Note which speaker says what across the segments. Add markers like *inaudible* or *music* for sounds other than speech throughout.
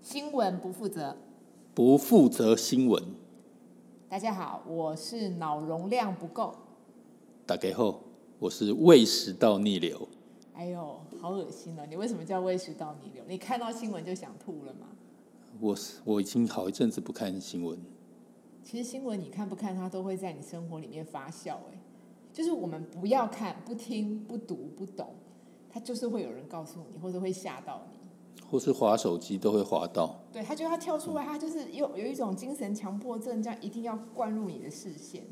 Speaker 1: 新闻不负责。
Speaker 2: 不负责新闻，
Speaker 1: 大家好，我是脑容量不够。
Speaker 2: 打给后，我是胃食道逆流。
Speaker 1: 哎呦，好恶心哦！你为什么叫胃食道逆流？你看到新闻就想吐了吗？
Speaker 2: 我是我已经好一阵子不看新闻，
Speaker 1: 其实新闻你看不看，它都会在你生活里面发酵。哎，就是我们不要看、不听、不读、不懂，它就是会有人告诉你，或者会吓到你。
Speaker 2: 或是划手机都会划到。
Speaker 1: 对，他觉得他跳出来，他就是有有一种精神强迫症，这样一定要灌入你的视线。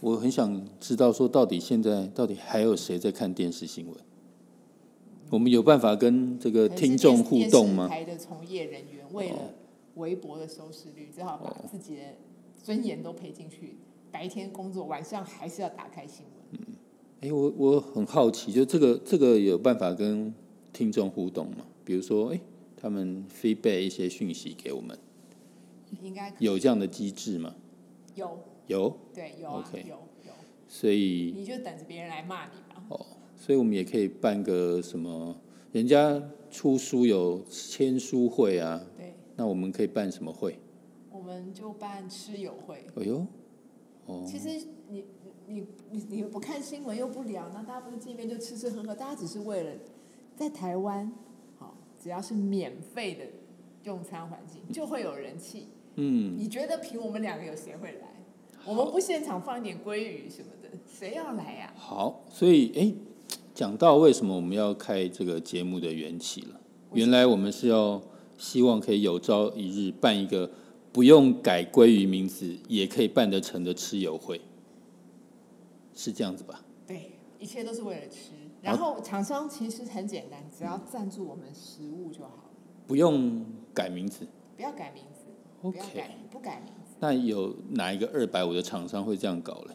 Speaker 2: 我很想知道说，到底现在到底还有谁在看电视新闻？我们有办法跟这个
Speaker 1: 可能是
Speaker 2: 呃听众
Speaker 1: 电
Speaker 2: 互
Speaker 1: 视
Speaker 2: 动
Speaker 1: 电视
Speaker 2: 吗？
Speaker 1: 台的从业人员为
Speaker 2: 哦
Speaker 1: 了微薄的收视率，只好把自己的尊严都赔进去，白天工作，晚上还是要打开新闻。
Speaker 2: 哎，我我很好奇，就这个这个有办法跟听众互动吗？比如说，哎，他们 feedback 一些讯息给我们，
Speaker 1: 应该可
Speaker 2: 有这样的机制吗？
Speaker 1: 有，
Speaker 2: 有，
Speaker 1: 对，有啊
Speaker 2: OK
Speaker 1: 有有，
Speaker 2: 所以
Speaker 1: 你就等着别人来骂你吧。
Speaker 2: 哦，所以我们也可以办个什么，人家出书有签书会啊，
Speaker 1: 对，
Speaker 2: 那我们可以办什么会？
Speaker 1: 我们就办吃友会。
Speaker 2: 哎呦，哦，
Speaker 1: 其实你你你你不看新闻又不聊，那大家不是见面就吃吃喝喝，大家只是为了在台湾，好，只要是免费的用餐环境，就会有人气。
Speaker 2: 嗯，
Speaker 1: 你觉得凭我们两个有谁会来？我们不现场放一点鲑鱼什么的，谁要来啊呀、
Speaker 2: 好，所以哎，讲到为什么我们要开这个节目的缘起了，原来我们是要希望可以有朝一日办一个不用改归于名字也可以办得成的吃友会，是这样子吧？
Speaker 1: 对，一切都是为了吃。然后厂商其实很简单，只要赞助我们食物就好了，
Speaker 2: 不用改名字
Speaker 1: 不要改名字，不
Speaker 2: ，OK
Speaker 1: 要。改不改名字，
Speaker 2: 那有哪一个二百五的厂商会这样搞嘞？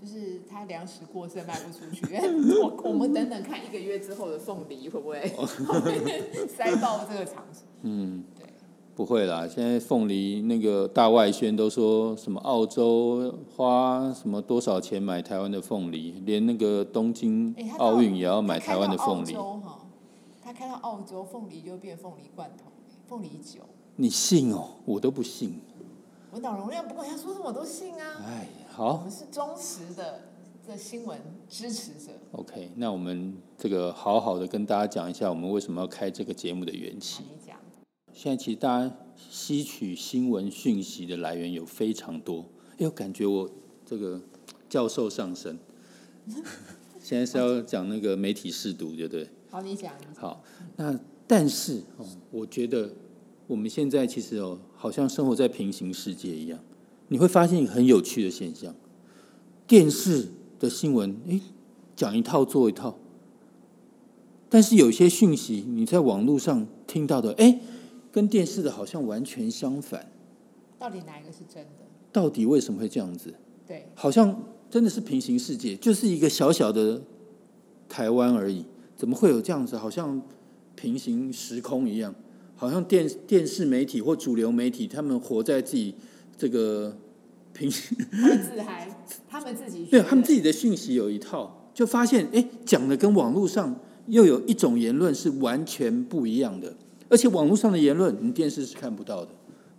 Speaker 1: 就是他粮食过剩卖不出去， *laughs* 我我们等等看一个月之后的凤梨会不会
Speaker 2: 哦
Speaker 1: *laughs* 塞爆这个场所？
Speaker 2: 嗯，
Speaker 1: 对，
Speaker 2: 不会啦，现在凤梨那个大外宣都说什么澳洲花什么多少钱买台湾的凤梨，连那个东京
Speaker 1: 哎他到
Speaker 2: 奥运也 *laughs* 要买
Speaker 1: 他开
Speaker 2: 台
Speaker 1: 到
Speaker 2: 湾的凤梨，
Speaker 1: 澳洲哈，他开到澳洲，凤梨就变凤梨罐头、凤梨酒。
Speaker 2: 你信哦？我都不信。
Speaker 1: 我脑容量不够，他说什么我都信啊。
Speaker 2: 哎，
Speaker 1: 我
Speaker 2: 好
Speaker 1: 们是忠实的的新闻支持者。
Speaker 2: ，OK，那我们这个好好的跟大家讲一下，我们为什么要开这个节目的缘
Speaker 1: 啊
Speaker 2: 起。
Speaker 1: 你讲，
Speaker 2: 现在其实大家吸取新闻讯息的来源有非常多，哎呦，感觉我这个教授
Speaker 1: *laughs*
Speaker 2: 上身。现在是要讲那个媒体试读，对不对？
Speaker 1: 好，你讲，你讲
Speaker 2: 好，那但是哦，我觉得我们现在其实哦，好像生活在平行世界一样，你会发现一个很有趣的现象：电视的新闻，诶，讲一套做一套。但是有些讯息你在网络上听到的，诶，跟电视的好像完全相反。
Speaker 1: 到底哪一个是真的？
Speaker 2: 到底为什么会这样子？
Speaker 1: 对，
Speaker 2: 好像真的是平行世界，就是一个小小的台湾而已，怎么会有这样子？好像平行时空一样，好像电电视媒体或主流媒体，他们活在自己这个平行，
Speaker 1: 他们自嗨，他们自己
Speaker 2: 对
Speaker 1: 觉得
Speaker 2: 他们自己的讯息有一套，就发现哎，诶讲的跟网络上又有一种言论是完全不一样的，而且网络上的言论你电视是看不到的，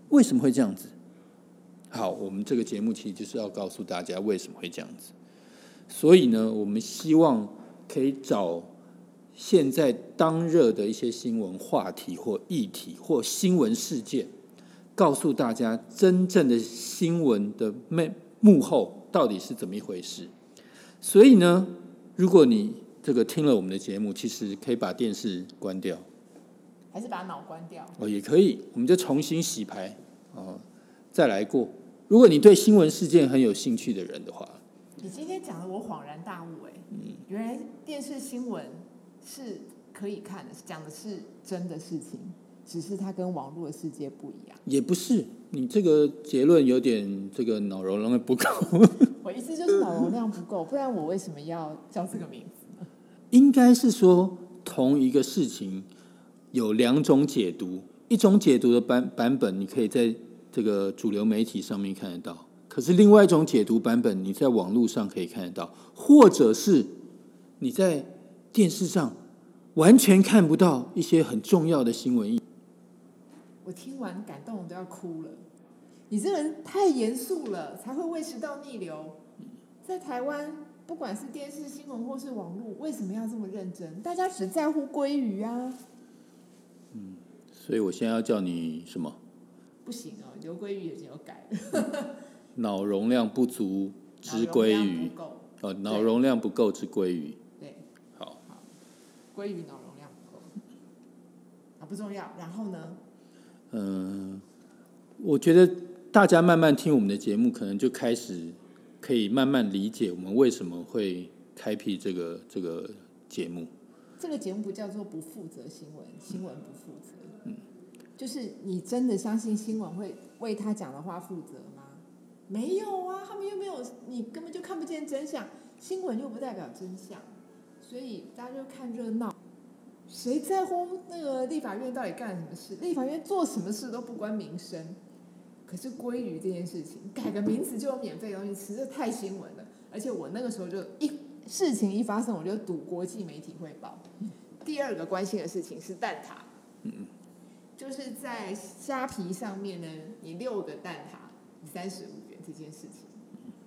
Speaker 2: 为什么会这样子？好，我们这个节目其实就是要告诉大家为什么会这样子。所以呢，我们希望可以找现在当热的一些新闻话题或议题或新闻事件，告诉大家真正的新闻的幕幕后到底是怎么一回事。所以呢，如果你这个听了我们的节目，其实可以把电视关掉。
Speaker 1: 还是把脑关掉。
Speaker 2: 哦，也可以，我们就重新洗牌哦，再来过。如果你对新闻事件很有兴趣的人的话，
Speaker 1: 你今天讲的我恍然大悟、哎，原来电视新闻是可以看的，讲的是真的事情，只是它跟网络的世界不一样。
Speaker 2: 也不是你这个结论有点这个脑容量不够，
Speaker 1: 我意思就是脑容量不够，不然我为什么要叫这个名字？
Speaker 2: 应该是说同一个事情有两种解读，一种解读的版版本你可以在这个主流媒体上面看得到，可是另外一种解读版本你在网络上可以看得到，或者是你在电视上完全看不到一些很重要的新闻。
Speaker 1: 我听完感动我都要哭了。你这个人太严肃了，才会胃食道逆流。在台湾，不管是电视新闻或是网络，为什么要这么认真？大家只在乎鲑鱼啊！
Speaker 2: 所以我现在要叫你什么？
Speaker 1: 不行哦，刘鲑鱼已经有改了，
Speaker 2: 脑容量不足之
Speaker 1: 脑容
Speaker 2: 鲑
Speaker 1: 量
Speaker 2: 鱼
Speaker 1: 不够，
Speaker 2: 哦，脑容量不够之鲑鱼。
Speaker 1: 对，
Speaker 2: 好，
Speaker 1: 鲑鱼脑容量不够啊，不重要。然后呢？
Speaker 2: 嗯，我觉得大家慢慢听我们的节目，可能就开始可以慢慢理解我们为什么会开辟这个这个节目。
Speaker 1: 这个节目不叫做不负责新闻，新闻不负责。嗯，就是你真的相信新闻会为他讲的话负责吗？没有啊，他们又没有，你根本就看不见真相，新闻又不代表真相，所以大家就看热闹。谁在乎那个立法院到底干了什么事？立法院做什么事都不关民生。可是鲑鱼这件事情，改个名字就有免费东西吃，这太新闻了。而且我那个时候就一事情一发生，我就赌国际媒体会报。第二个关心的事情是蛋挞，就是在虾皮上面呢，你六个蛋挞你三十五元这件事情，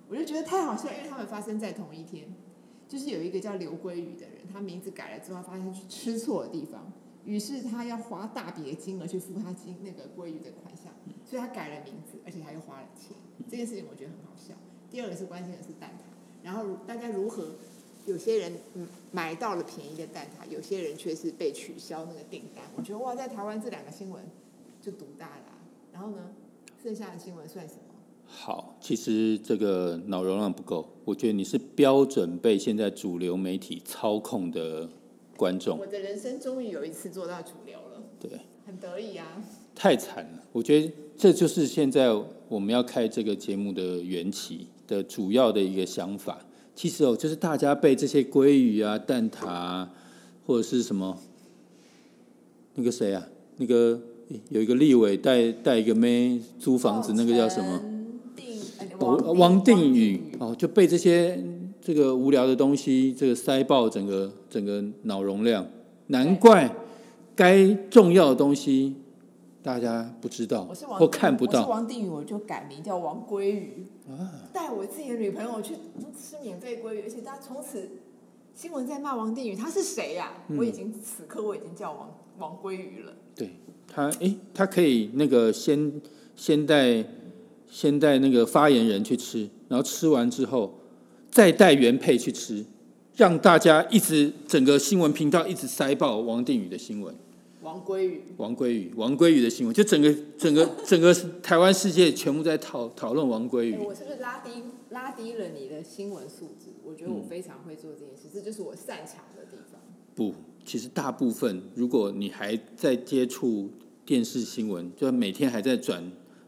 Speaker 1: 我就觉得太好笑，因为他们发生在同一天。就是有一个叫刘鲑宇的人，他名字改了之后，他发现他去吃错的地方，于是他要花大笔的金额去付他金那个鲑鱼的款项，所以他改了名字，而且他又花了钱。这件事情我觉得很好笑。第二个是关心的是蛋挞，然后大家如何有些人嗯买到了便宜的蛋挞，有些人却是被取消那个订单。我觉得哇，在台湾这两个新闻就独大啦、然后呢，剩下的新闻算什么？
Speaker 2: 好，其实这个脑容量不够，我觉得你是标准被现在主流媒体操控的观众，
Speaker 1: 我的人生终于有一次做到主流了，
Speaker 2: 对，
Speaker 1: 很得意啊！
Speaker 2: 太惨了。我觉得这就是现在我们要开这个节目的缘起的主要的一个想法。其实哦，就是大家被这些鲑鱼啊、蛋挞啊，或者是什么那个谁啊，那个有一个立委带带一个妹租房子，那个叫什么？
Speaker 1: 定？哎
Speaker 2: 王
Speaker 1: 王
Speaker 2: 王定
Speaker 1: 定
Speaker 2: 宇哦，就被这些这个无聊的东西这个塞爆整个整个脑容量，难怪该重要的东西大家不知道
Speaker 1: 我是王
Speaker 2: 或哦看不
Speaker 1: 我是
Speaker 2: 到。啊
Speaker 1: 王定宇，我就改名叫王鲑鱼。带我自己的女朋友去吃免费鲑鱼，而且大家从此新闻在骂王定宇，他是谁呀、
Speaker 2: 嗯
Speaker 1: 我已经此刻我已经叫王王鲑鱼了。
Speaker 2: 对他，诶，他可以那个先先带先带那个发言人去吃，然后吃完之后再带原配去吃，让大家一直整个新闻频道一直塞爆王定宇的新闻。
Speaker 1: 王鲑鱼，
Speaker 2: 王鲑宇，王鲑宇的新闻，就整个整个整个台湾世界全部在讨讨论王鲑
Speaker 1: 哎
Speaker 2: 宇。
Speaker 1: 我是不是拉低拉低了你的新闻素质？我觉得我
Speaker 2: 嗯
Speaker 1: 非常会做这件事，这就是我擅长的地方。
Speaker 2: 不，其实大部分如果你还在接触电视新闻，就每天还在转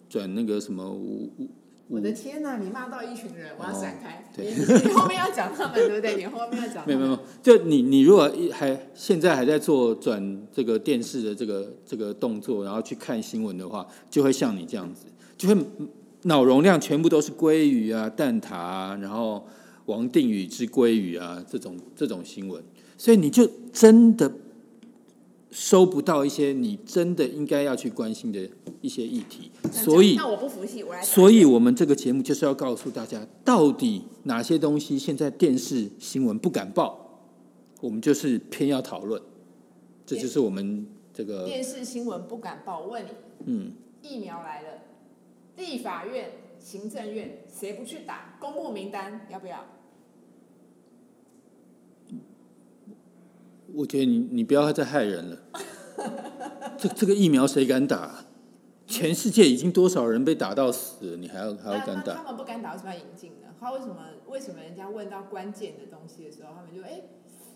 Speaker 2: 转那个什么五五
Speaker 1: 我
Speaker 2: 五，
Speaker 1: 的天呐，你骂到一群人，我要
Speaker 2: 嗯哦
Speaker 1: 闪开。
Speaker 2: 对
Speaker 1: 你你后面要讲他们，对不对？你后面要讲他们。
Speaker 2: 没有没有，没有就你你如果一还现在还在做转这个电视的这个这个动作，然后去看新闻的话，就会像你这样子，就会脑容量全部都是鲑鱼啊、蛋挞啊，然后王定宇之鲑鱼啊这种这种新闻，所以你就真的收不到一些你真的应该要去关心的一些议题，
Speaker 1: 那
Speaker 2: 所
Speaker 1: 这
Speaker 2: 以
Speaker 1: 样那我不服气，我来打。
Speaker 2: 所以，我们这个节目就是要告诉大家，到底哪些东西现在电视新闻不敢报，我们就是偏要讨论。这就是我们这个
Speaker 1: 电视新闻不敢报，我问你，
Speaker 2: 嗯，
Speaker 1: 疫苗来了，立法院、行政院谁不去打？公布名单要不要？
Speaker 2: 我觉得你你不要再害人了。这这个疫苗谁敢打啊？全世界已经多少人被打到死了，你还要还
Speaker 1: 那
Speaker 2: 要敢
Speaker 1: 那
Speaker 2: 打？
Speaker 1: 他们不敢打，为什么要引进呢？他为什么为什么人家问到关键的东西的时候，他们就哎，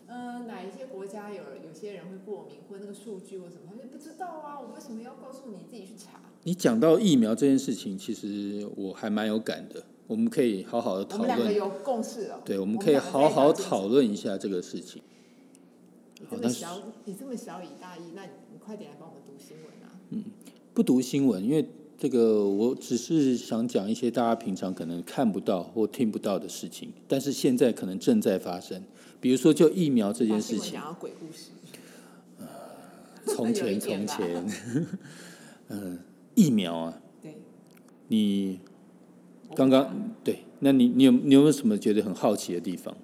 Speaker 1: 嗯、哪一些国家有有些人会过敏，或那个数据或什么，他们就不知道啊，我为什么要告诉你自己去查？
Speaker 2: 你讲到疫苗这件事情，其实我还蛮有感的。我们可以好好的
Speaker 1: 我
Speaker 2: 讨
Speaker 1: 们两个
Speaker 2: 论，
Speaker 1: 有共识哦。
Speaker 2: 对，我们
Speaker 1: 我们
Speaker 2: 可以
Speaker 1: 两个
Speaker 2: 好好
Speaker 1: 了解
Speaker 2: 讨论一下这个事情。
Speaker 1: 你
Speaker 2: 好
Speaker 1: 这么
Speaker 2: 但是
Speaker 1: 小，你这么小以大一，那你你快点来帮我们读新闻啊！
Speaker 2: 不读新闻，因为这个我只是想讲一些大家平常可能看不到或听不到的事情，但是现在可能正在发生。比如说，就疫苗这件事
Speaker 1: 把新闻
Speaker 2: 情，
Speaker 1: 讲到鬼故事，
Speaker 2: 从
Speaker 1: 有一
Speaker 2: 前
Speaker 1: 点
Speaker 2: *laughs* 从
Speaker 1: 吧
Speaker 2: 前，呃疫苗啊，
Speaker 1: 对，
Speaker 2: 你刚刚对，那你你有你有没有什么觉得很好奇的地方？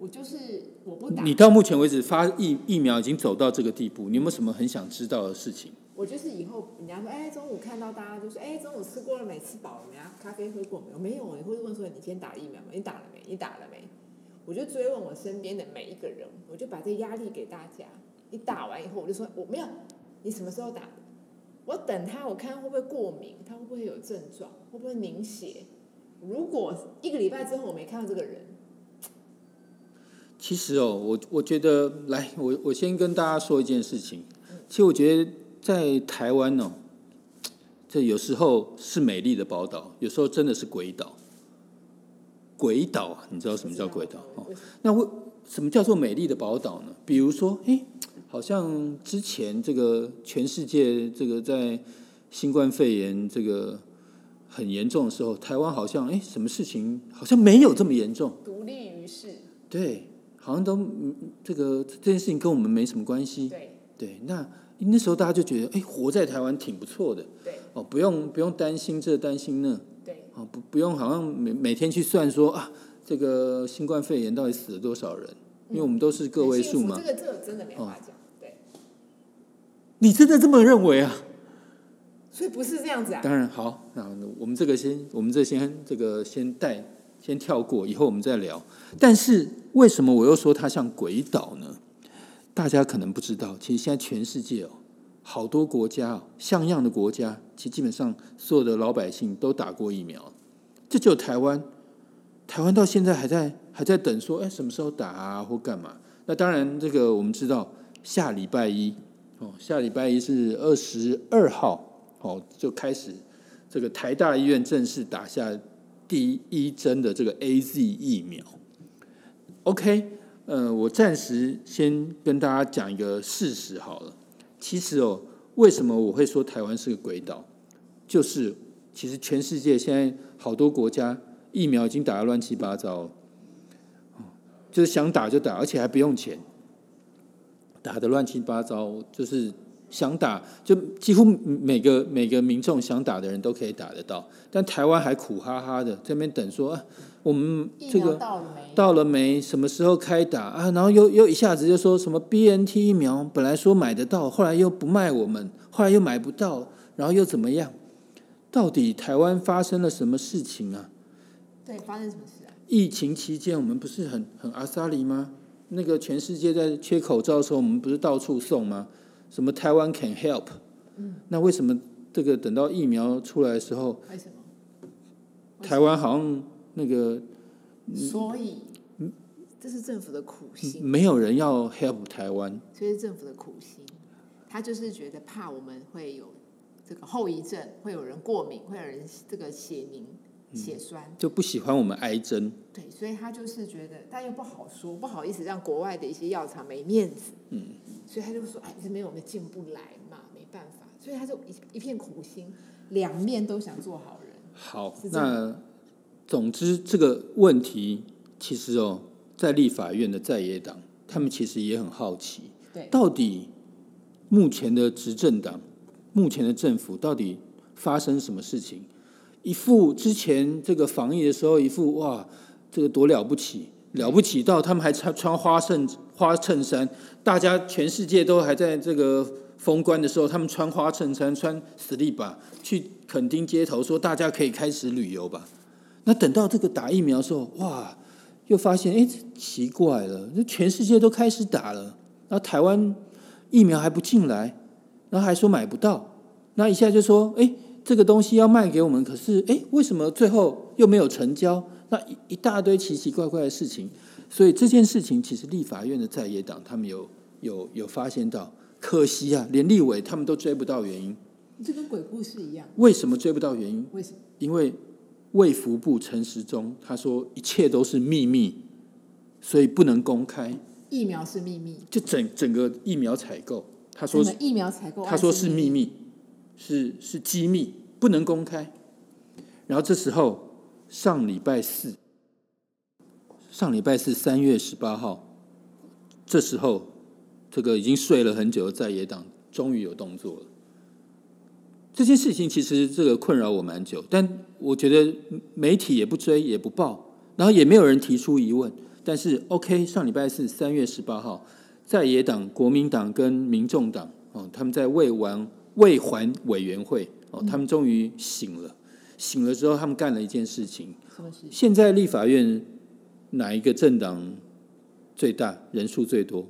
Speaker 1: 我就是我不打，
Speaker 2: 你到目前为止发疫疫苗已经走到这个地步，你有没有什么很想知道的事情？
Speaker 1: 我就是以后人家说，哎，中午看到大家就说，哎，中午吃过了没？吃饱了没啊？咖啡喝过没有？没有，你会问说你今天打疫苗吗？你打了没？你打了没？我就追问我身边的每一个人，我就把这压力给大家。你打完以后，我就说我没有，你什么时候打的？我等他，我看会不会过敏，他会不会有症状，会不会凝血？如果一个礼拜之后我没看到这个人，
Speaker 2: 其实哦，我我觉得，来，我我先跟大家说一件事情。其实我觉得在台湾哦，这有时候是美丽的宝岛，有时候真的是鬼岛。鬼岛啊，你知道什么叫鬼岛？哦，
Speaker 1: 为什么
Speaker 2: 那为什么叫做美丽的宝岛呢？比如说，诶，好像之前这个全世界这个在新冠肺炎这个很严重的时候，台湾好像诶，什么事情好像没有这么严重。
Speaker 1: 独立于世，
Speaker 2: 对，好像都嗯这个这件事情跟我们没什么关系。
Speaker 1: 对
Speaker 2: 对，那那时候大家就觉得，哎，活在台湾挺不错的
Speaker 1: 对
Speaker 2: 哦，不用不用担心这担心那
Speaker 1: 对，
Speaker 2: 哦，不不用好像每每天去算说啊，这个新冠肺炎到底死了多少人？因为我们都是个位数嘛哦
Speaker 1: 很幸福。这个这个真的没话讲，对，
Speaker 2: 你真的这么认为啊？
Speaker 1: 所以不是这样子啊。
Speaker 2: 当然好，那我们这个先，我们这先这个先带先跳过，以后我们再聊。但是为什么我又说它像鬼岛呢？大家可能不知道，其实现在全世界哦，好多国家哦，像样的国家，其实基本上所有的老百姓都打过疫苗，这就台湾，台湾到现在还在还在等说，哎，什么时候打啊，或干嘛？那当然，这个我们知道，下礼拜一哦，下礼拜一是二十二号。哦，就开始这个台大医院正式打下第一针的这个 A Z 疫苗。OK，呃，我暂时先跟大家讲一个事实好了。其实哦，为什么我会说台湾是个鬼岛？就是其实全世界现在好多国家疫苗已经打得乱七八糟了，哦哦就是想打就打，而且还不用钱，打得乱七八糟，就是想打，就几乎每个每个民众想打的人都可以打得到，但台湾还苦哈哈的这边等说，啊、我们
Speaker 1: 疫
Speaker 2: 这个
Speaker 1: 苗到了没？
Speaker 2: 到了没？什么时候开打啊？然后又又一下子就说什么 BNT 疫苗，本来说买得到，后来又不卖我们，后来又买不到，然后又怎么样？到底台湾发生了什么事情啊？
Speaker 1: 对，发生什么事啊？
Speaker 2: 疫情期间我们不是很很阿萨里吗？那个全世界在缺口罩的时候，我们不是到处送吗？什么台湾 can help？那为什么这个等到疫苗出来的时候，
Speaker 1: 为什么？为什么
Speaker 2: 台湾嗯好像那个
Speaker 1: 所以，
Speaker 2: 嗯
Speaker 1: 这是政府的苦心，
Speaker 2: 没有人要 help 台湾？
Speaker 1: 这是政府的苦心。他就是觉得怕我们会有这个后遗症，会有人过敏，会有人这个血凝、
Speaker 2: 嗯
Speaker 1: 血栓，
Speaker 2: 就不喜欢我们挨针。
Speaker 1: 对，所以他就是觉得，但又不好说，不好意思让国外的一些药厂没面子，嗯，所以他就说，哎，这没有我们进不来嘛，没办法，所以他就一一片苦心，两面都想做好人，
Speaker 2: 好
Speaker 1: 是，这样
Speaker 2: 那总之这个问题其实哦，在立法院的在野党，他们其实也很好奇，
Speaker 1: 对，
Speaker 2: 到底目前的执政党、目前的政府到底发生什么事情？一副之前这个防疫的时候，一副哇，这个多了不起，了不起到他们还穿穿花衬花衬衫，大家全世界都还在这个封关的时候，他们穿花衬衫、穿死力把去垦丁街头说大家可以开始旅游吧。那等到这个打疫苗的时候，哇，又发现哎奇怪了，那全世界都开始打了，然后台湾疫苗还不进来，然后还说买不到，那一下就说哎这个东西要卖给我们，可是哎为什么最后又没有成交？那一一大堆奇奇怪怪的事情，所以这件事情其实立法院的在野党他们有有有发现到，可惜啊，连立委他们都追不到原因。
Speaker 1: 这跟鬼故事一样，
Speaker 2: 为什么追不到原因？
Speaker 1: 为什么？
Speaker 2: 因为卫福部陈时中他说一切都是秘密，所以不能公开。
Speaker 1: 疫苗是秘密，
Speaker 2: 就整整个疫苗采购，他说
Speaker 1: 什么疫苗采购案，
Speaker 2: 他说是秘密，是是机密，不能公开。然后这时候上礼拜四，上礼拜四三月十八号，这时候这个已经睡了很久的在野党终于有动作了，这件事情其实这个困扰我蛮久，但我觉得媒体也不追也不报，然后也没有人提出疑问。但是 OK，上礼拜四三月十八号，在野党、国民党跟民众党哦，他们在未完未还委员会哦，他们终于醒了。醒了之后，他们干了一件事情。
Speaker 1: 什么事？
Speaker 2: 现在立法院哪一个政党最大人数最多？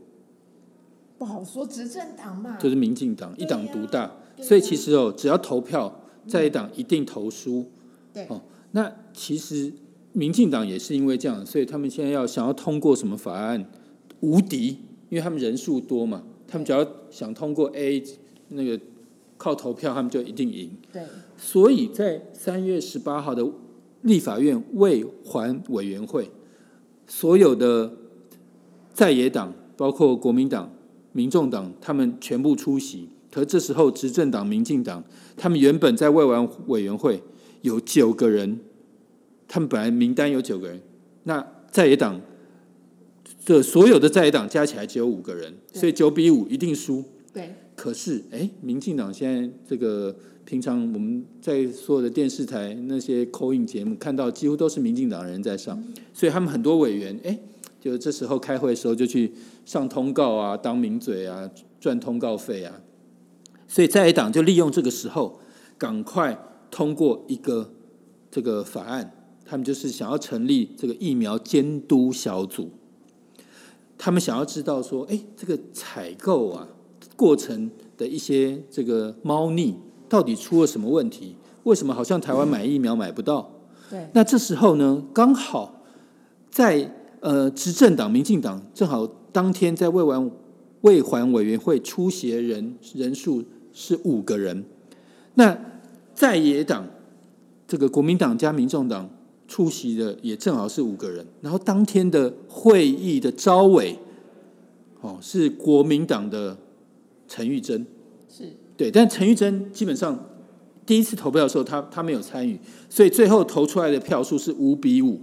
Speaker 1: 不好说，执政党嘛，
Speaker 2: 就是民进党一党独大，
Speaker 1: 对啊
Speaker 2: 所以其实哦，只要投票，在一党一定投输。
Speaker 1: 对
Speaker 2: 哦，那其实民进党也是因为这样，所以他们现在要想要通过什么法案，无敌，因为他们人数多嘛，他们只要想通过 A 那个靠投票，他们就一定赢。
Speaker 1: 对，
Speaker 2: 所以在三月十八号的立法院未还委员会，所有的在野党，包括国民党、民众党，他们全部出席。可这时候，执政党民进党，他们原本在未完委员会有九个人，他们本来名单有九个人，那在野党这所有的在野党加起来只有五个人，
Speaker 1: 对
Speaker 2: 所以九比五一定输。
Speaker 1: 对，
Speaker 2: 可是，哎，民进党现在这个平常我们在所有的电视台那些口音节目看到，几乎都是民进党人在上，所以他们很多委员，哎，就这时候开会的时候就去上通告啊，当名嘴啊，赚通告费啊，所以在野党就利用这个时候，赶快通过一个这个法案，他们就是想要成立这个疫苗监督小组，他们想要知道说，哎，这个采购啊。过程的一些这个猫腻，到底出了什么问题？为什么好像台湾买疫苗买不到？
Speaker 1: 对，
Speaker 2: 那这时候呢，刚好在呃执政党民进党正好当天在未完未还委员会出席的人人数是五个人，那在野党这个国民党加民众党出席的也正好是五个人，然后当天的会议的招委哦是国民党的陈玉珍。
Speaker 1: 是，
Speaker 2: 对，但陈玉珍基本上第一次投票的时候，他他没有参与，所以最后投出来的票数是五比五，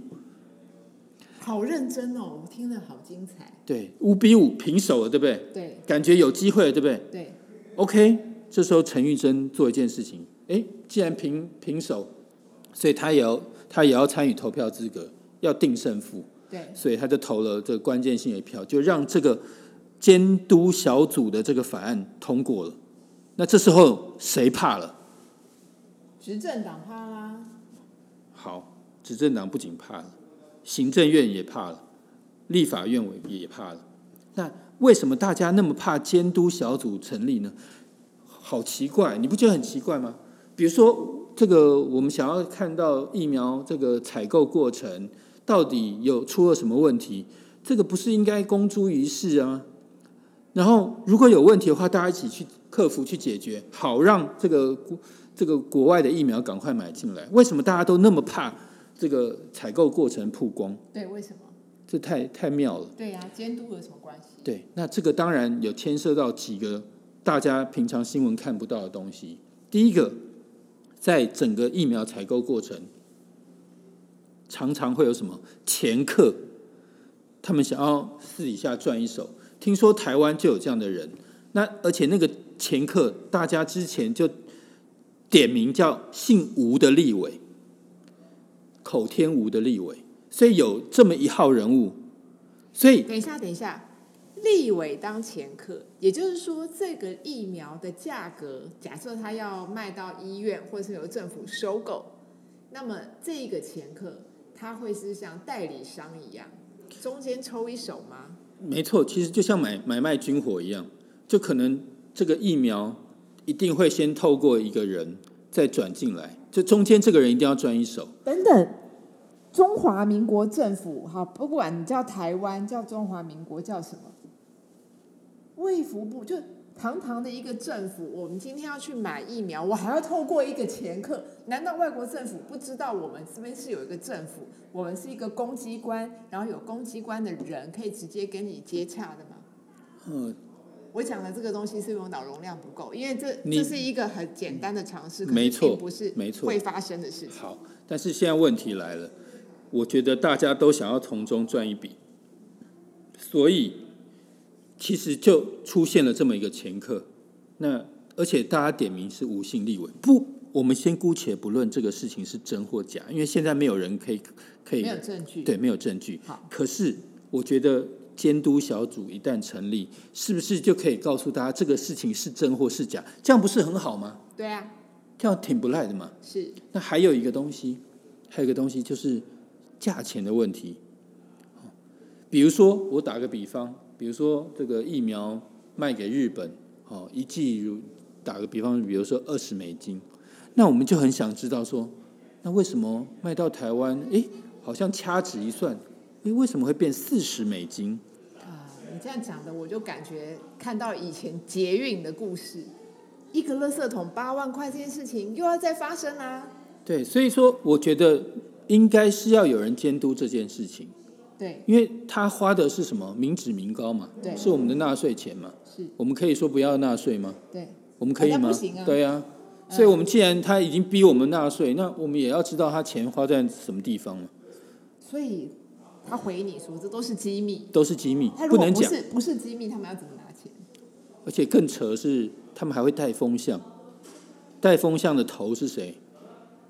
Speaker 1: 好认真哦，我听得好精彩，
Speaker 2: 对，五比五平手了，对不对？
Speaker 1: 对，
Speaker 2: 感觉有机会了，对不对
Speaker 1: 对，
Speaker 2: ？OK，这时候陈玉珍做一件事情，哎，既然平平手，所以他也要他也要参与投票资格，要定胜负，
Speaker 1: 对，
Speaker 2: 所以他就投了这个关键性的一票，就让这个监督小组的这个法案通过了。那这时候谁怕了？
Speaker 1: 执政党怕啦，
Speaker 2: 好，执政党不仅怕了，行政院也怕了，立法院委也怕了。那为什么大家那么怕监督小组成立呢？好奇怪，你不觉得很奇怪吗？比如说，这个我们想要看到疫苗这个采购过程到底有出了什么问题，这个不是应该公诸于世啊？然后如果有问题的话，大家一起去克服去解决，好让这个这个国外的疫苗赶快买进来。为什么大家都那么怕这个采购过程曝光？
Speaker 1: 对，为什么？
Speaker 2: 这太太妙了。
Speaker 1: 对呀、监督有什么关系？
Speaker 2: 对，那这个当然有牵涉到几个大家平常新闻看不到的东西。第一个，在整个疫苗采购过程，常常会有什么掮客，他们想要私底下赚一手。听说台湾就有这样的人，那而且那个掮客，大家之前就点名叫姓吴的立委，口天吴的立委，所以有这么一号人物，所以
Speaker 1: 等一下，等一下，立委当前客，也就是说，这个疫苗的价格，假设它要卖到医院或是由政府收购，那么这个前客他会是像代理商一样，中间抽一手吗？
Speaker 2: 没错，其实就像买买卖军火一样，就可能这个疫苗一定会先透过一个人再转进来，就中间这个人一定要赚一手。
Speaker 1: 等等，中华民国政府，好，不管你叫台湾、叫中华民国、叫什么，卫福部就堂堂的一个政府，我们今天要去买疫苗，我还要透过一个前客，难道外国政府不知道我们这边是有一个政府，我们是一个公机关，然后有公机关的人可以直接跟你接洽的吗？
Speaker 2: 嗯，
Speaker 1: 我讲的这个东西是因为我脑容量不够，因为这
Speaker 2: 你
Speaker 1: 这是一个很简单的尝试，可是
Speaker 2: 没错
Speaker 1: 并不是
Speaker 2: 没错
Speaker 1: 会发生的事情。
Speaker 2: 好，但是现在问题来了，我觉得大家都想要从中赚一笔，所以其实就出现了这么一个前客。那而且大家点名是无性立委，不，我们先姑且不论这个事情是真或假，因为现在没有人可以可以
Speaker 1: 没有证据。
Speaker 2: 对，没有证据
Speaker 1: 好。
Speaker 2: 可是我觉得监督小组一旦成立，是不是就可以告诉大家这个事情是真或是假？这样不是很好吗？
Speaker 1: 对啊，
Speaker 2: 这样挺不赖的嘛。
Speaker 1: 是
Speaker 2: 那还有一个东西，还有一个东西就是价钱的问题。比如说，我打个比方，比如说这个疫苗卖给日本，哦，一剂如打个比方，比如说二十美金，那我们就很想知道说，那为什么卖到台湾，诶，好像掐指一算，诶，为什么会变四十美金？
Speaker 1: 啊、你这样讲的，我就感觉看到以前捷运的故事，一个垃圾桶八万块这件事情又要再发生啊啦、
Speaker 2: 对，所以说我觉得应该是要有人监督这件事情。
Speaker 1: 对，
Speaker 2: 因为他花的是什么？民脂民膏嘛
Speaker 1: 对，
Speaker 2: 是我们的纳税钱嘛。
Speaker 1: 是，
Speaker 2: 我们可以说不要纳税吗？
Speaker 1: 对，
Speaker 2: 我们可以
Speaker 1: 好像
Speaker 2: 吗？
Speaker 1: 不行啊
Speaker 2: 对啊，所以我们既然他已经逼我们纳税，那我们也要知道他钱花在什么地方了，
Speaker 1: 所以他回你说这都是机密，
Speaker 2: 都是机密
Speaker 1: 他，如
Speaker 2: 不
Speaker 1: 果
Speaker 2: 能
Speaker 1: 不
Speaker 2: 讲。
Speaker 1: 是不是机密，他们要怎么拿钱？
Speaker 2: 而且更扯是，他们还会带风向，带风向的头是谁？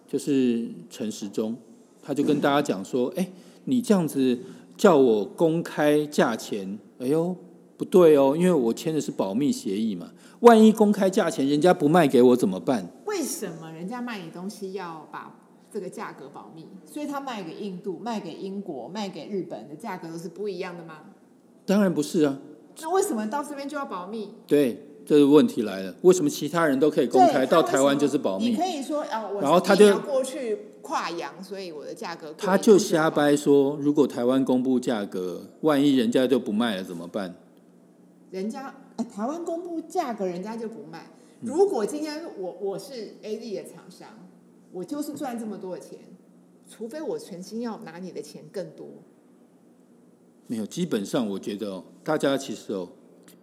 Speaker 2: 就是陈时中，他就跟大家讲说：“哎，你这样子叫我公开价钱，哎呦，不对哦，因为我签的是保密协议嘛，万一公开价钱人家不卖给我怎么办？
Speaker 1: 为什么人家卖你东西要把这个价格保密？所以他卖给印度、卖给英国、卖给日本的价格都是不一样的吗？
Speaker 2: 当然不是啊，
Speaker 1: 那为什么到这边就要保密？
Speaker 2: 对，这个问题来了，为什么其他人都可以公
Speaker 1: 对
Speaker 2: 开，到
Speaker 1: 他为
Speaker 2: 台湾
Speaker 1: 什么
Speaker 2: 就是保
Speaker 1: 你
Speaker 2: 密？
Speaker 1: 可以说啊，我
Speaker 2: 然后
Speaker 1: 是
Speaker 2: 他
Speaker 1: 疫
Speaker 2: 就
Speaker 1: 苗过去跨洋，所以我的价格贵
Speaker 2: 他就瞎。掰说，如果台湾公布价格，万一人家就不卖了怎么办？”
Speaker 1: 人家哎，台湾公布价格，人家就不卖。如果今天我我是 A D 的厂商，我就是赚这么多的钱，除非我存心要拿你的钱更多。
Speaker 2: 没有，基本上我觉得哦，大家其实哦，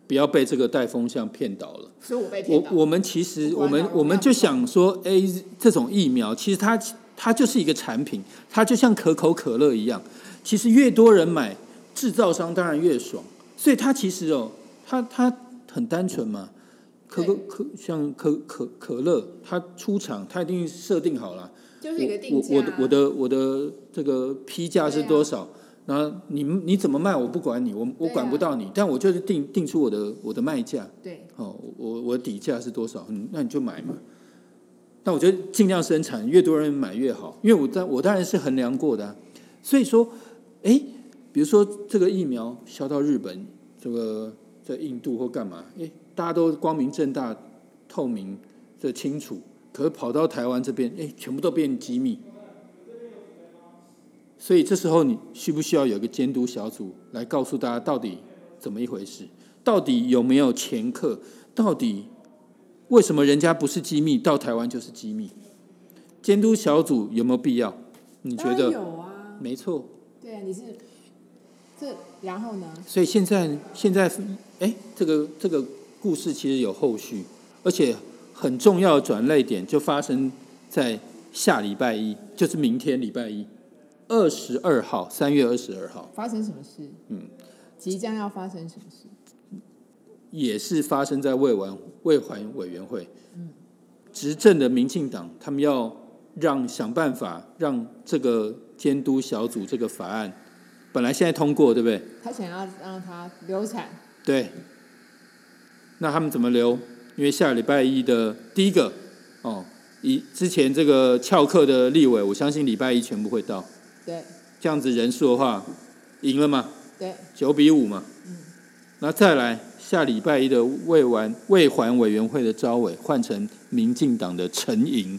Speaker 2: 不要被这个带风向骗倒了。
Speaker 1: 所以我被骗
Speaker 2: 我
Speaker 1: 到。
Speaker 2: 我们其实
Speaker 1: 不
Speaker 2: 我
Speaker 1: 管
Speaker 2: 们
Speaker 1: 哪
Speaker 2: 我们
Speaker 1: 哪
Speaker 2: 就想说，A 这种疫苗其实它它就是一个产品，它就像可口可乐一样。其实越多人买，制造商当然越爽。所以它其实哦，它它很单纯嘛。可口
Speaker 1: 对
Speaker 2: 可像可可可乐，它出厂它一定设定好了，
Speaker 1: 就是一个定
Speaker 2: 我
Speaker 1: 价、
Speaker 2: 我我
Speaker 1: 啊
Speaker 2: 的我的我的这个批价是多少？然后你你怎么卖我不管你，我我
Speaker 1: 对啊
Speaker 2: 管不到你，但我就是定定出我的我的卖价，
Speaker 1: 对
Speaker 2: 哦，我我的底价是多少？嗯，那你就买嘛。那我觉得尽量生产，越多人买越好，因为我当我当然是衡量过的、啊，所以说，诶，比如说这个疫苗销到日本，这个在印度或干嘛，诶，大家都光明正大、透明、这清楚，可是跑到台湾这边，诶，全部都变机密。所以这时候你需不需要有一个监督小组来告诉大家到底怎么一回事？到底有没有前客？到底为什么人家不是机密，到台湾就是机密？监督小组有没有必要？你觉
Speaker 1: 当然
Speaker 2: 得？
Speaker 1: 有啊？
Speaker 2: 没错。
Speaker 1: 对啊，你是这然后呢？
Speaker 2: 所以现在现在，哎，这个这个故事其实有后续，而且很重要的转泪点就发生在下礼拜一，就是明天礼拜一，二十二号，三月二十二号。
Speaker 1: 发生什么事？
Speaker 2: 嗯，
Speaker 1: 即将要发生什么事？
Speaker 2: 也是发生在未完未还委员会。执政的民进党他们要让想办法让这个监督小组这个法案，本来现在通过对不对？
Speaker 1: 他想要让他流产，
Speaker 2: 对。那他们怎么留？因为下礼拜一的第一个哦，以之前这个翘课的立委，我相信礼拜一全部会到。
Speaker 1: 对
Speaker 2: 这样子人数的话，赢了嘛？
Speaker 1: 对，
Speaker 2: 九比五嘛。那再来下礼拜一的未完未还委员会的招委换成民进党的陈莹，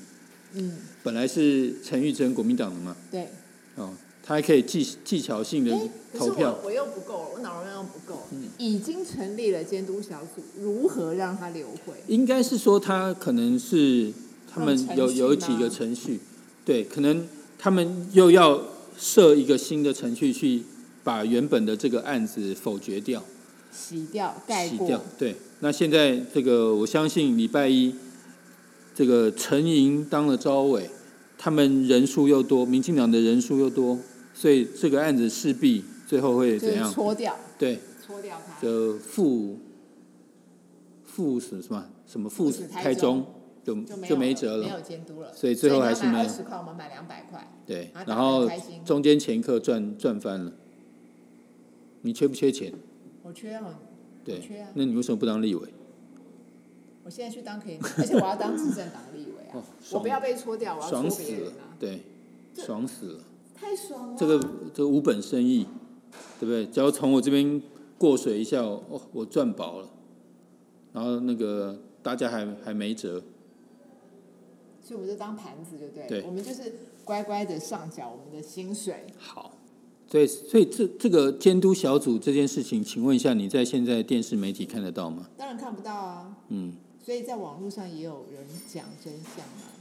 Speaker 1: 嗯
Speaker 2: 本来是陈玉珍国民党的嘛，
Speaker 1: 对。
Speaker 2: 哦，他还可以技技巧性的
Speaker 1: 哎，可是
Speaker 2: 投票嗯
Speaker 1: 我，我又不够了，我脑容量又不够。已经成立了监督小组，如何让他流会？
Speaker 2: 应该是说他可能是他们
Speaker 1: 用程
Speaker 2: 有
Speaker 1: 序
Speaker 2: 有几
Speaker 1: 吗
Speaker 2: 个程序，对，可能他们又要设一个新的程序去把原本的这个案子否决掉。
Speaker 1: 洗掉、盖
Speaker 2: 洗
Speaker 1: 过，
Speaker 2: 掉。对，那现在这个我相信礼拜一，这个陈莹当了招委，他们人数又多，民进党的人数又多，所以这个案子势必最后会
Speaker 1: 就
Speaker 2: 怎
Speaker 1: 是
Speaker 2: 样？
Speaker 1: 搓掉、
Speaker 2: 对，
Speaker 1: 搓掉他。
Speaker 2: 就负赴什什么什么赴
Speaker 1: 赴台
Speaker 2: 台中，就
Speaker 1: 就没有
Speaker 2: 就没
Speaker 1: 了
Speaker 2: 辙
Speaker 1: 没
Speaker 2: 了。
Speaker 1: 有监督了。
Speaker 2: 所以最后还是没有
Speaker 1: 二十块，我们买两百块，
Speaker 2: 对
Speaker 1: 然后，大
Speaker 2: 然
Speaker 1: 家很
Speaker 2: 后
Speaker 1: 开心
Speaker 2: 中间前一刻赚赚翻了。你缺不缺钱？
Speaker 1: 我缺啊，
Speaker 2: 对
Speaker 1: 缺啊，
Speaker 2: 那你为什么不当立委？
Speaker 1: 我现在去当可以拿，而且我要当执政党立委啊
Speaker 2: 哦，
Speaker 1: 我
Speaker 2: 爽
Speaker 1: 不要被搓掉，我要
Speaker 2: 爽
Speaker 1: 搓
Speaker 2: 死
Speaker 1: 别
Speaker 2: 了
Speaker 1: 人啊，，
Speaker 2: 对，
Speaker 1: 这
Speaker 2: 爽死了。
Speaker 1: 太爽了。
Speaker 2: 这个这个无本生意，对不对？只要从我这边过水一下，哦，我赚饱了。然后那个大家还还没辙，
Speaker 1: 所以我们就当盘子就对了，
Speaker 2: 对
Speaker 1: 我们就是乖乖的上缴我们的薪水。
Speaker 2: 好，所以所以这这个监督小组这件事情，请问一下，你在现在电视媒体看得到吗？
Speaker 1: 当然看不到啊，
Speaker 2: 嗯，
Speaker 1: 所以在网络上也有人讲真相啊。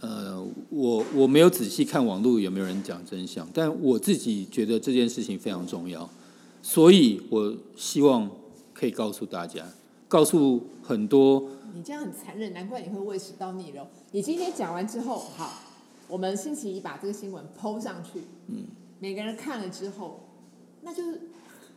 Speaker 2: 呃，我我没有仔细看网络有没有人讲真相，但我自己觉得这件事情非常重要，所以我希望可以告诉大家，告诉很多
Speaker 1: 你这样很残忍，难怪你会胃食道逆流。你今天讲完之后，好，我们星期一把这个新闻抛上去，嗯，每个人看了之后，那就是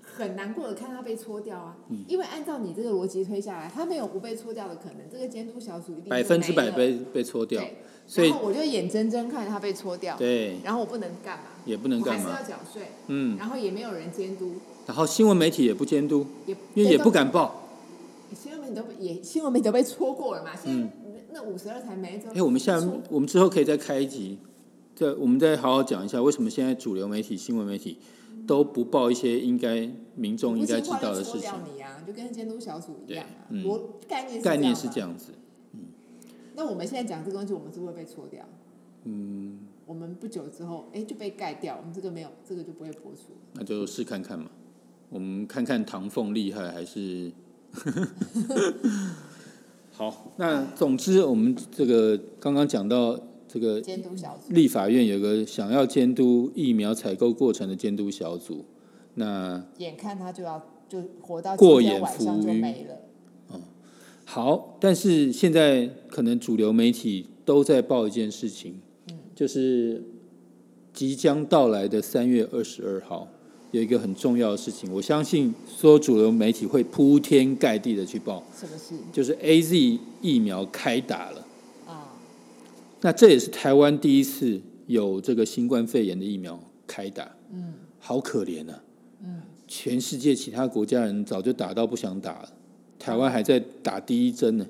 Speaker 1: 很难过的看他被搓掉啊，嗯、因为按照你这个逻辑推下来，他没有不被搓掉的可能，这个监督小组一定就
Speaker 2: 百分之
Speaker 1: 没
Speaker 2: 百
Speaker 1: 了
Speaker 2: 被被搓掉，
Speaker 1: 对，
Speaker 2: 所以
Speaker 1: 然后我就眼睁睁看着他被搓掉，
Speaker 2: 对，
Speaker 1: 然后我不能干嘛，
Speaker 2: 也不能
Speaker 1: 我还
Speaker 2: 干
Speaker 1: 是
Speaker 2: 嘛
Speaker 1: 要，缴税，
Speaker 2: 嗯，
Speaker 1: 然后也没有人监督，
Speaker 2: 然后新闻媒体也不监督，
Speaker 1: 也
Speaker 2: 因为也
Speaker 1: 都
Speaker 2: 不敢报。
Speaker 1: 新闻媒体都被也新闻媒体都被戳过了嘛，现在那五十二台没怎
Speaker 2: 嗯哎，我们下我们之后可以再开一集，再我们再好好讲一下为什么现在主流媒体、新闻媒体都不报一些应该民众应该知道的事情
Speaker 1: 掉。你啊，就跟监督小组一样啊，
Speaker 2: 对嗯
Speaker 1: 我概念
Speaker 2: 概念是这
Speaker 1: 样
Speaker 2: 样子，
Speaker 1: 嘛。那我们现在讲这个东西，我们是不是会被戳掉？嗯，我们不久之后，哎，就被盖掉，我们这个没有，这个就不会播出。
Speaker 2: 那就试看看嘛。我们看看唐凤厉害还 *laughs* 是好。那总之，我们这个刚刚讲到这个
Speaker 1: 监督小组，
Speaker 2: 立法院有个想要监督疫苗采购过程的监督小组，那
Speaker 1: 眼看他就要就活到
Speaker 2: 过
Speaker 1: 今
Speaker 2: 眼
Speaker 1: 天晚上
Speaker 2: 浮
Speaker 1: 就
Speaker 2: 云
Speaker 1: 没了。
Speaker 2: 好，但是现在可能主流媒体都在报一件事情，
Speaker 1: 嗯
Speaker 2: 就是即将到来的三月二十二号有一个很重要的事情，我相信所有主流媒体会铺天盖地的去报，
Speaker 1: 什么事
Speaker 2: 就是 A Z 疫苗开打了。
Speaker 1: 啊？
Speaker 2: 那这也是台湾第一次有这个新冠肺炎的疫苗开打，
Speaker 1: 嗯，
Speaker 2: 好可怜啊，
Speaker 1: 嗯，
Speaker 2: 全世界其他国家人早就打到不想打了，台
Speaker 1: 嗯
Speaker 2: 湾还在打第一针呢，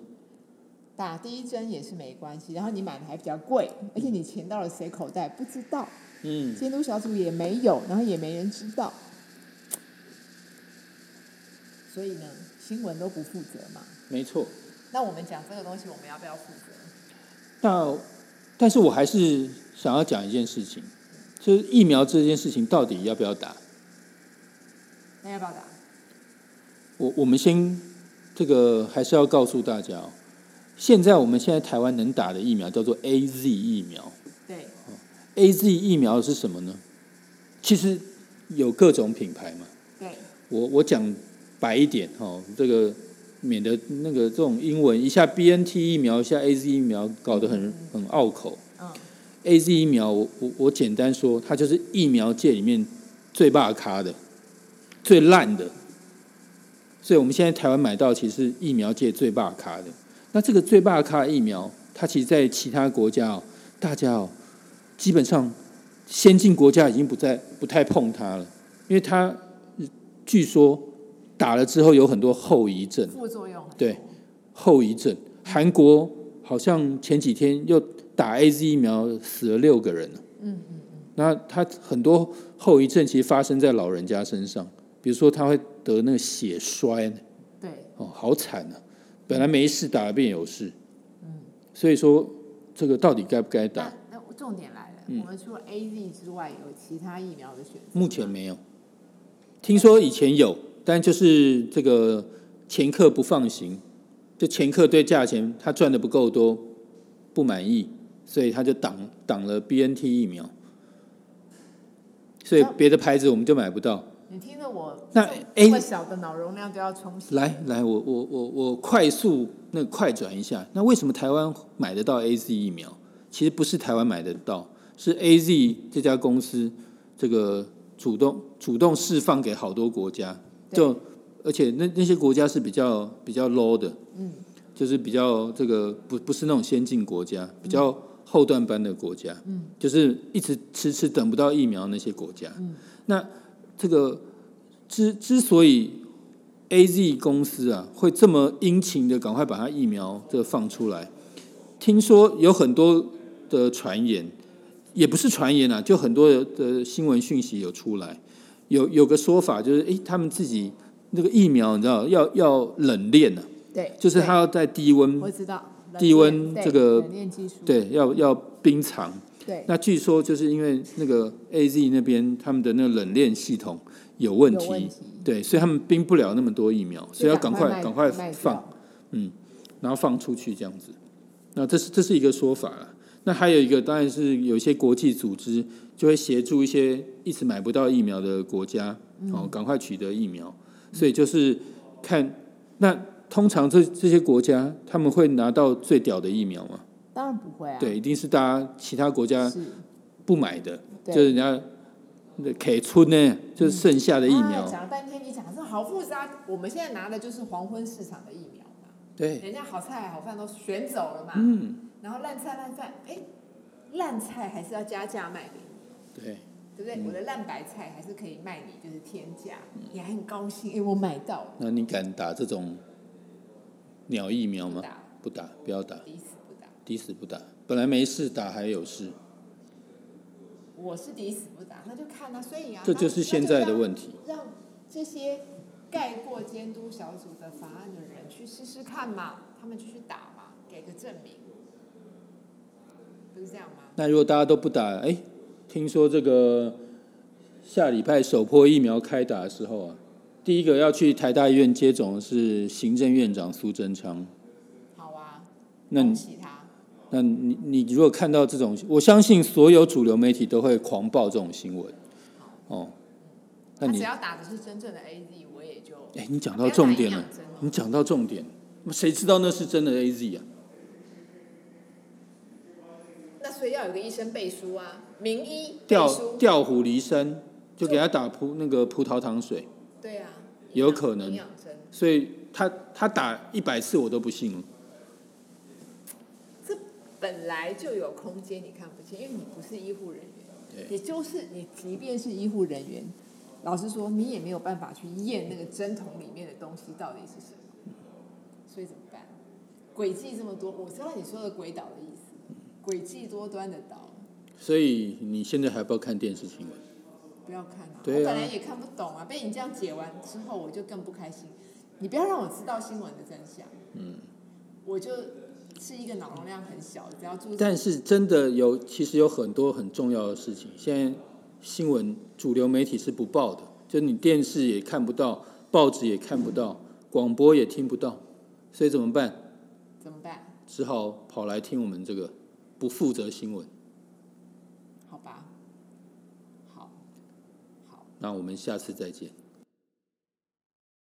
Speaker 1: 打第一针也是没关系，然后你买的还比较贵，而且你钱到了谁口袋不知道，
Speaker 2: 嗯，
Speaker 1: 监督小组也没有，然后也没人知道，所以呢，新闻都不负责嘛。
Speaker 2: 没错。
Speaker 1: 那我们讲这个东西，我们要不要负责？
Speaker 2: 那但是我还是想要讲一件事情，就是疫苗这件事情到底要不要打？
Speaker 1: 那要不要打？
Speaker 2: 我我们先这个还是要告诉大家、哦，现在我们现在台湾能打的疫苗叫做 A Z 疫苗。
Speaker 1: 对，
Speaker 2: A Z 疫苗是什么呢？其实有各种品牌嘛。
Speaker 1: 对，
Speaker 2: 我我讲白一点哈、哦，这个免得那个这种英文一下 B N T 疫苗，一下 A Z 疫苗，搞得很很拗口。
Speaker 1: 嗯，
Speaker 2: A Z 疫苗，我我我简单说，它就是疫苗界里面最大咖的、最烂的。所以我们现在台湾买到其实是疫苗界最大咖的。那这个最大咖的疫苗，它其实在其他国家哦，大家哦，基本上先进国家已经不再不太碰它了，因为它呃据说打了之后有很多后遗症。
Speaker 1: 副作用很多
Speaker 2: 对，后遗症。韩国好像前几天又打 A Z 疫苗死了六个人了啊
Speaker 1: 嗯嗯嗯，
Speaker 2: 那他很多后遗症其实发生在老人家身上，比如说他会得那个血栓，
Speaker 1: 对，
Speaker 2: 哦，好惨啊！本来没事，打了变有事。所以说这个到底该不该打
Speaker 1: 那？那重点来了，
Speaker 2: 嗯
Speaker 1: 我们除了 A Z 之外，有其他疫苗的选择吗。
Speaker 2: 目前没有，听说以前有，但就是这个前客不放行，就前客对价钱他赚的不够多，不满意，所以他就挡挡了 B N T 疫苗，所以别的牌子我们就买不到。
Speaker 1: 你听着我
Speaker 2: 那
Speaker 1: 这
Speaker 2: A-
Speaker 1: 这么小的脑容量都要冲洗，
Speaker 2: 来来，我我我我快速那快转一下，那为什么台湾买得到 A Z 疫苗？其实不是台湾买得到，是 A Z 这家公司这个主动主动释放给好多国家，
Speaker 1: 对
Speaker 2: 就而且那那些国家是比较比较 low 的，嗯，就是比较这个不不是那种先进国家，比较后段班的国家，嗯，就是一直迟迟等不到疫苗那些国家，嗯，那这个之之所以 A Z 公司啊会这么殷勤的赶快把它疫苗这个放出来，听说有很多的传言，也不是传言啊，就很多的的新闻讯息有出来，有有个说法就是，诶，他们自己那个疫苗你知道要要冷链啊，
Speaker 1: 对，
Speaker 2: 就是
Speaker 1: 对
Speaker 2: 它要在低温，
Speaker 1: 我知道冷
Speaker 2: 低
Speaker 1: 链
Speaker 2: 温
Speaker 1: 对
Speaker 2: 这个
Speaker 1: 冷链技术，
Speaker 2: 对，要要冰藏。
Speaker 1: 对
Speaker 2: 那据说就是因为那个 A Z 那边他们的那个冷链系统有问
Speaker 1: 有问
Speaker 2: 题，
Speaker 1: 题，
Speaker 2: 对，所以他们冰不了那么多疫苗，所以要赶快赶快放，然后放出去这样子。那这是这是一个说法啦。那还有一个当然是有一些国际组织就会协助一些一直买不到疫苗的国家，
Speaker 1: 嗯
Speaker 2: 哦，赶快取得疫苗。所以就是看那通常这这些国家他们会拿到最屌的疫苗嘛？
Speaker 1: 当然不会啊，
Speaker 2: 对，一定是大家其他国家
Speaker 1: 是，
Speaker 2: 不买的，
Speaker 1: 对
Speaker 2: 就是人家那给村呢，就是剩下的疫
Speaker 1: 啊
Speaker 2: 苗。
Speaker 1: 讲了半天，你讲这好复杂。我们现在拿的就是黄昏市场的疫苗嘛，
Speaker 2: 对，
Speaker 1: 人家好菜好饭都选走了嘛，
Speaker 2: 嗯，
Speaker 1: 然后烂菜烂饭，哎，烂菜还是要加价卖给你，
Speaker 2: 对，
Speaker 1: 对不
Speaker 2: 嗯
Speaker 1: 对？我的烂白菜还是可以卖你，就是天价，你还很高兴，哎，我买到了，
Speaker 2: 那你敢打这种鸟疫苗
Speaker 1: 不
Speaker 2: 吗？
Speaker 1: 打，
Speaker 2: 不打，不要打，
Speaker 1: 抵死不打，
Speaker 2: 抵死不打。本来没事打还有事，
Speaker 1: 我是抵死不打，那就看啊，所以啊，
Speaker 2: 这就是现在的问题。
Speaker 1: 那就让让这些盖过监督小组的法案的人去试试看嘛，他们就去打嘛，给个证明，不是这样吗？
Speaker 2: 那如果大家都不打，哎，听说这个下礼拜首波疫苗开打的时候啊，第一个要去台大医院接种的是行政院长苏贞昌。
Speaker 1: 好啊，
Speaker 2: 那你
Speaker 1: 恭喜他，
Speaker 2: 那你你如果看到这种，我相信所有主流媒体都会狂报这种新闻，哦。那
Speaker 1: 他只
Speaker 2: 你
Speaker 1: 要打的是真正的 AZ，我也就
Speaker 2: 哎，你讲到重点了
Speaker 1: 不要打营养针哦，
Speaker 2: 你讲到重点，谁知道那是真的 A Z 啊？
Speaker 1: 那所以要有个医生背书啊，名医背
Speaker 2: 调
Speaker 1: 书，
Speaker 2: 调虎离山，就给他打葡那个葡萄糖水，
Speaker 1: 对啊，
Speaker 2: 有可能
Speaker 1: 营养针，
Speaker 2: 所以他他打一百次我都不信了。
Speaker 1: 这本来就有空间，你看不见，因为你不是医护人员
Speaker 2: 对，
Speaker 1: 也就是你，即便是医护人员，老实说，你也没有办法去验那个针筒里面的东西到底是什么，所以怎么办？诡计这么多，我知道你说的鬼岛的意思，诡计多端的岛，
Speaker 2: 所以你现在还不要看电视新闻？
Speaker 1: 不要看啊！
Speaker 2: 对啊
Speaker 1: 我本来也看不懂啊，被你这样解完之后，我就更不开心。你不要让我知道新闻的真相。嗯，我就是一个脑容量很小，只要注意。
Speaker 2: 但是真的有，其实有很多很重要的事情，现在新闻主流媒体是不报的，就你电视也看不到，报纸也看不到，广播也听不到，所以怎么办？
Speaker 1: 怎么办？
Speaker 2: 只好跑来听我们这个不负责新闻。
Speaker 1: 好吧，好，好，
Speaker 2: 那我们下次再见。